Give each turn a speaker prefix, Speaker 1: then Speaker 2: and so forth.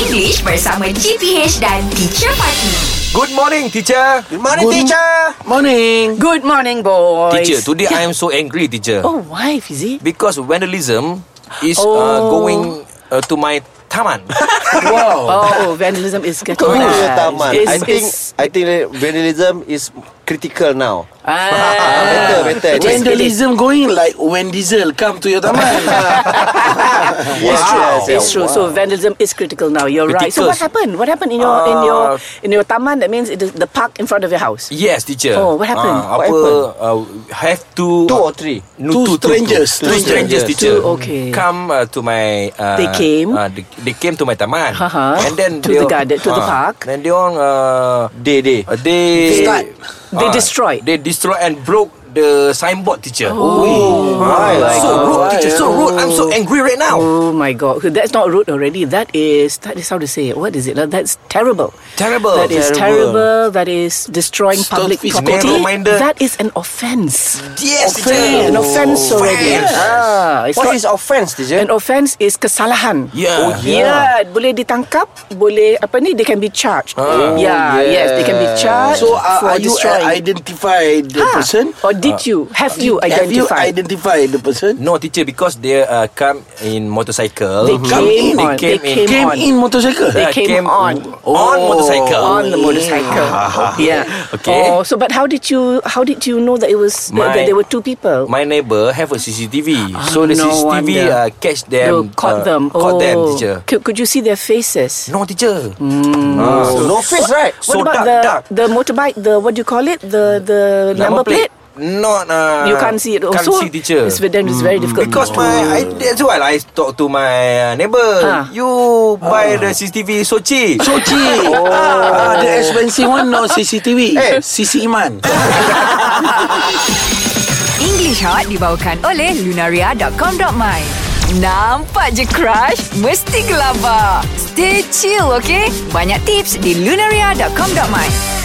Speaker 1: English bersama GPH dan Teacher Fatih.
Speaker 2: Good morning, teacher.
Speaker 3: Good morning, Good teacher.
Speaker 4: Morning.
Speaker 5: Good morning, boys.
Speaker 2: Teacher, today I am so angry, teacher.
Speaker 5: Oh, why, Fizi?
Speaker 2: Because vandalism is uh,
Speaker 5: Oh.
Speaker 2: going uh, to my taman.
Speaker 3: Wow.
Speaker 5: Oh, vandalism is getting
Speaker 3: Kau punya
Speaker 5: bad.
Speaker 3: taman.
Speaker 5: It's-
Speaker 3: I think
Speaker 5: it's-
Speaker 3: I think that vandalism is critical now.
Speaker 5: Ah.
Speaker 3: Better, better. Vandal-
Speaker 5: Just kidding.
Speaker 4: Vandalism going like when diesel come to your taman.
Speaker 3: Yes, yes, yes.
Speaker 5: It's true. So vandalism is critical now. You're right.
Speaker 2: Critical.
Speaker 5: So what happened? What happened in your in your
Speaker 2: Ah.
Speaker 5: in your taman? That means it is the park in front of your house.
Speaker 2: yes, teacher.
Speaker 5: Oh, what happened?
Speaker 2: Uh,
Speaker 3: What
Speaker 2: apa Uh, have to
Speaker 3: Two or three.
Speaker 2: No, Two,
Speaker 4: Two strangers.
Speaker 2: two.
Speaker 4: Strangers.
Speaker 2: strangers, teacher.
Speaker 5: Two, okay.
Speaker 2: Come uh, to my... Uh,
Speaker 5: They came.
Speaker 2: Uh, they, they came to my taman.
Speaker 5: Haha.
Speaker 2: And then...
Speaker 5: To
Speaker 2: they
Speaker 5: the
Speaker 2: all-
Speaker 5: garden- to the
Speaker 2: Ah.
Speaker 5: park.
Speaker 2: Then they all... Uh,
Speaker 3: Day, day.
Speaker 2: uh, they...
Speaker 4: Start.
Speaker 5: They
Speaker 2: Ah,
Speaker 5: destroyed.
Speaker 2: They destroy and broke the signboard, teacher. Ah,
Speaker 3: Oh, my
Speaker 2: So
Speaker 3: God.
Speaker 2: rude, teacher. So rude. I'm so angry right now.
Speaker 5: Oh my god. Okay, That's not rude already. That is that is how to say it. What is it? That- That's terrible.
Speaker 2: Terrible.
Speaker 5: That is
Speaker 2: Terrible.
Speaker 5: terrible. That is destroying public
Speaker 4: Stonefish
Speaker 5: property.
Speaker 2: narrow-minded.
Speaker 5: That is an offense.
Speaker 2: Yes, teacher.
Speaker 5: Offense. An offense already.
Speaker 2: Offense.
Speaker 5: Ah, it's
Speaker 3: What
Speaker 5: not-
Speaker 3: is offense, teacher?
Speaker 5: An offence is kesalahan.
Speaker 2: Yeah. Oh,
Speaker 5: yeah. yeah, boleh ditangkap, boleh apa ni they can be charged.
Speaker 2: Ah. uh,
Speaker 5: yeah,
Speaker 3: yeah.
Speaker 5: yes, they can be charged
Speaker 4: so are,
Speaker 5: for
Speaker 4: are you
Speaker 5: destroying.
Speaker 4: identify the
Speaker 5: Ah,
Speaker 4: person?
Speaker 5: Or did you have you
Speaker 4: Have you
Speaker 5: identified?
Speaker 4: identified the person?
Speaker 2: No, teacher, because they uh, come in motorcycle.
Speaker 5: They
Speaker 2: They
Speaker 5: came on.
Speaker 2: came
Speaker 5: They
Speaker 2: in.
Speaker 5: came
Speaker 4: Came
Speaker 5: on.
Speaker 4: in motorcycle.
Speaker 5: They
Speaker 2: Uh,
Speaker 5: came on. Oh,
Speaker 2: On motorcycle. Ha,
Speaker 5: on the motorcycle. Yeah.
Speaker 2: Okay.
Speaker 5: Oh, so but how did you how did you know that it was
Speaker 2: My-
Speaker 5: that there were two people?
Speaker 2: My neighbor have a CCTV. so the
Speaker 5: Ah, no
Speaker 2: CCTV
Speaker 5: wonder.
Speaker 2: uh, catch them.
Speaker 5: you
Speaker 2: uh,
Speaker 5: caught them.
Speaker 2: Caught
Speaker 5: oh.
Speaker 2: them, teacher.
Speaker 5: Could, could you see their faces?
Speaker 2: No, teacher. Ah,
Speaker 3: So no face, right?
Speaker 2: So
Speaker 5: Hmm. what about
Speaker 2: dark,
Speaker 5: the
Speaker 2: dark.
Speaker 5: the motorbike? The what do you call it? The the number, plate?
Speaker 2: Not. Uh,
Speaker 5: you can't see it
Speaker 2: Can't
Speaker 5: also.
Speaker 2: see, teacher. Mm,
Speaker 5: It's, Oh. then it's very difficult.
Speaker 2: Because
Speaker 5: to-
Speaker 2: my I, that's why I talk to my uh, neighbor.
Speaker 5: Ah.
Speaker 2: You buy the CCTV so cheap.
Speaker 4: So cheap.
Speaker 5: Oh.
Speaker 4: Ah, the expensive one no CCTV. Sisi Iman.
Speaker 1: English Hot dibawakan oleh Lunaria.com.my. Nampak je crush? Mesti gelabah. Stay chill, okay? Banyak tips di Lunaria.com.my.